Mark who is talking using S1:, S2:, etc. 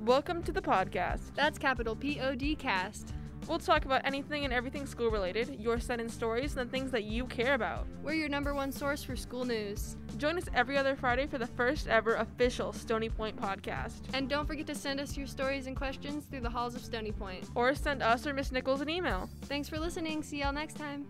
S1: Welcome to the podcast.
S2: That's capital P O D cast.
S1: We'll talk about anything and everything school related, your sentence stories, and the things that you care about.
S2: We're your number one source for school news.
S1: Join us every other Friday for the first ever official Stony Point podcast.
S2: And don't forget to send us your stories and questions through the halls of Stony Point.
S1: Or send us or Miss Nichols an email.
S2: Thanks for listening. See y'all next time.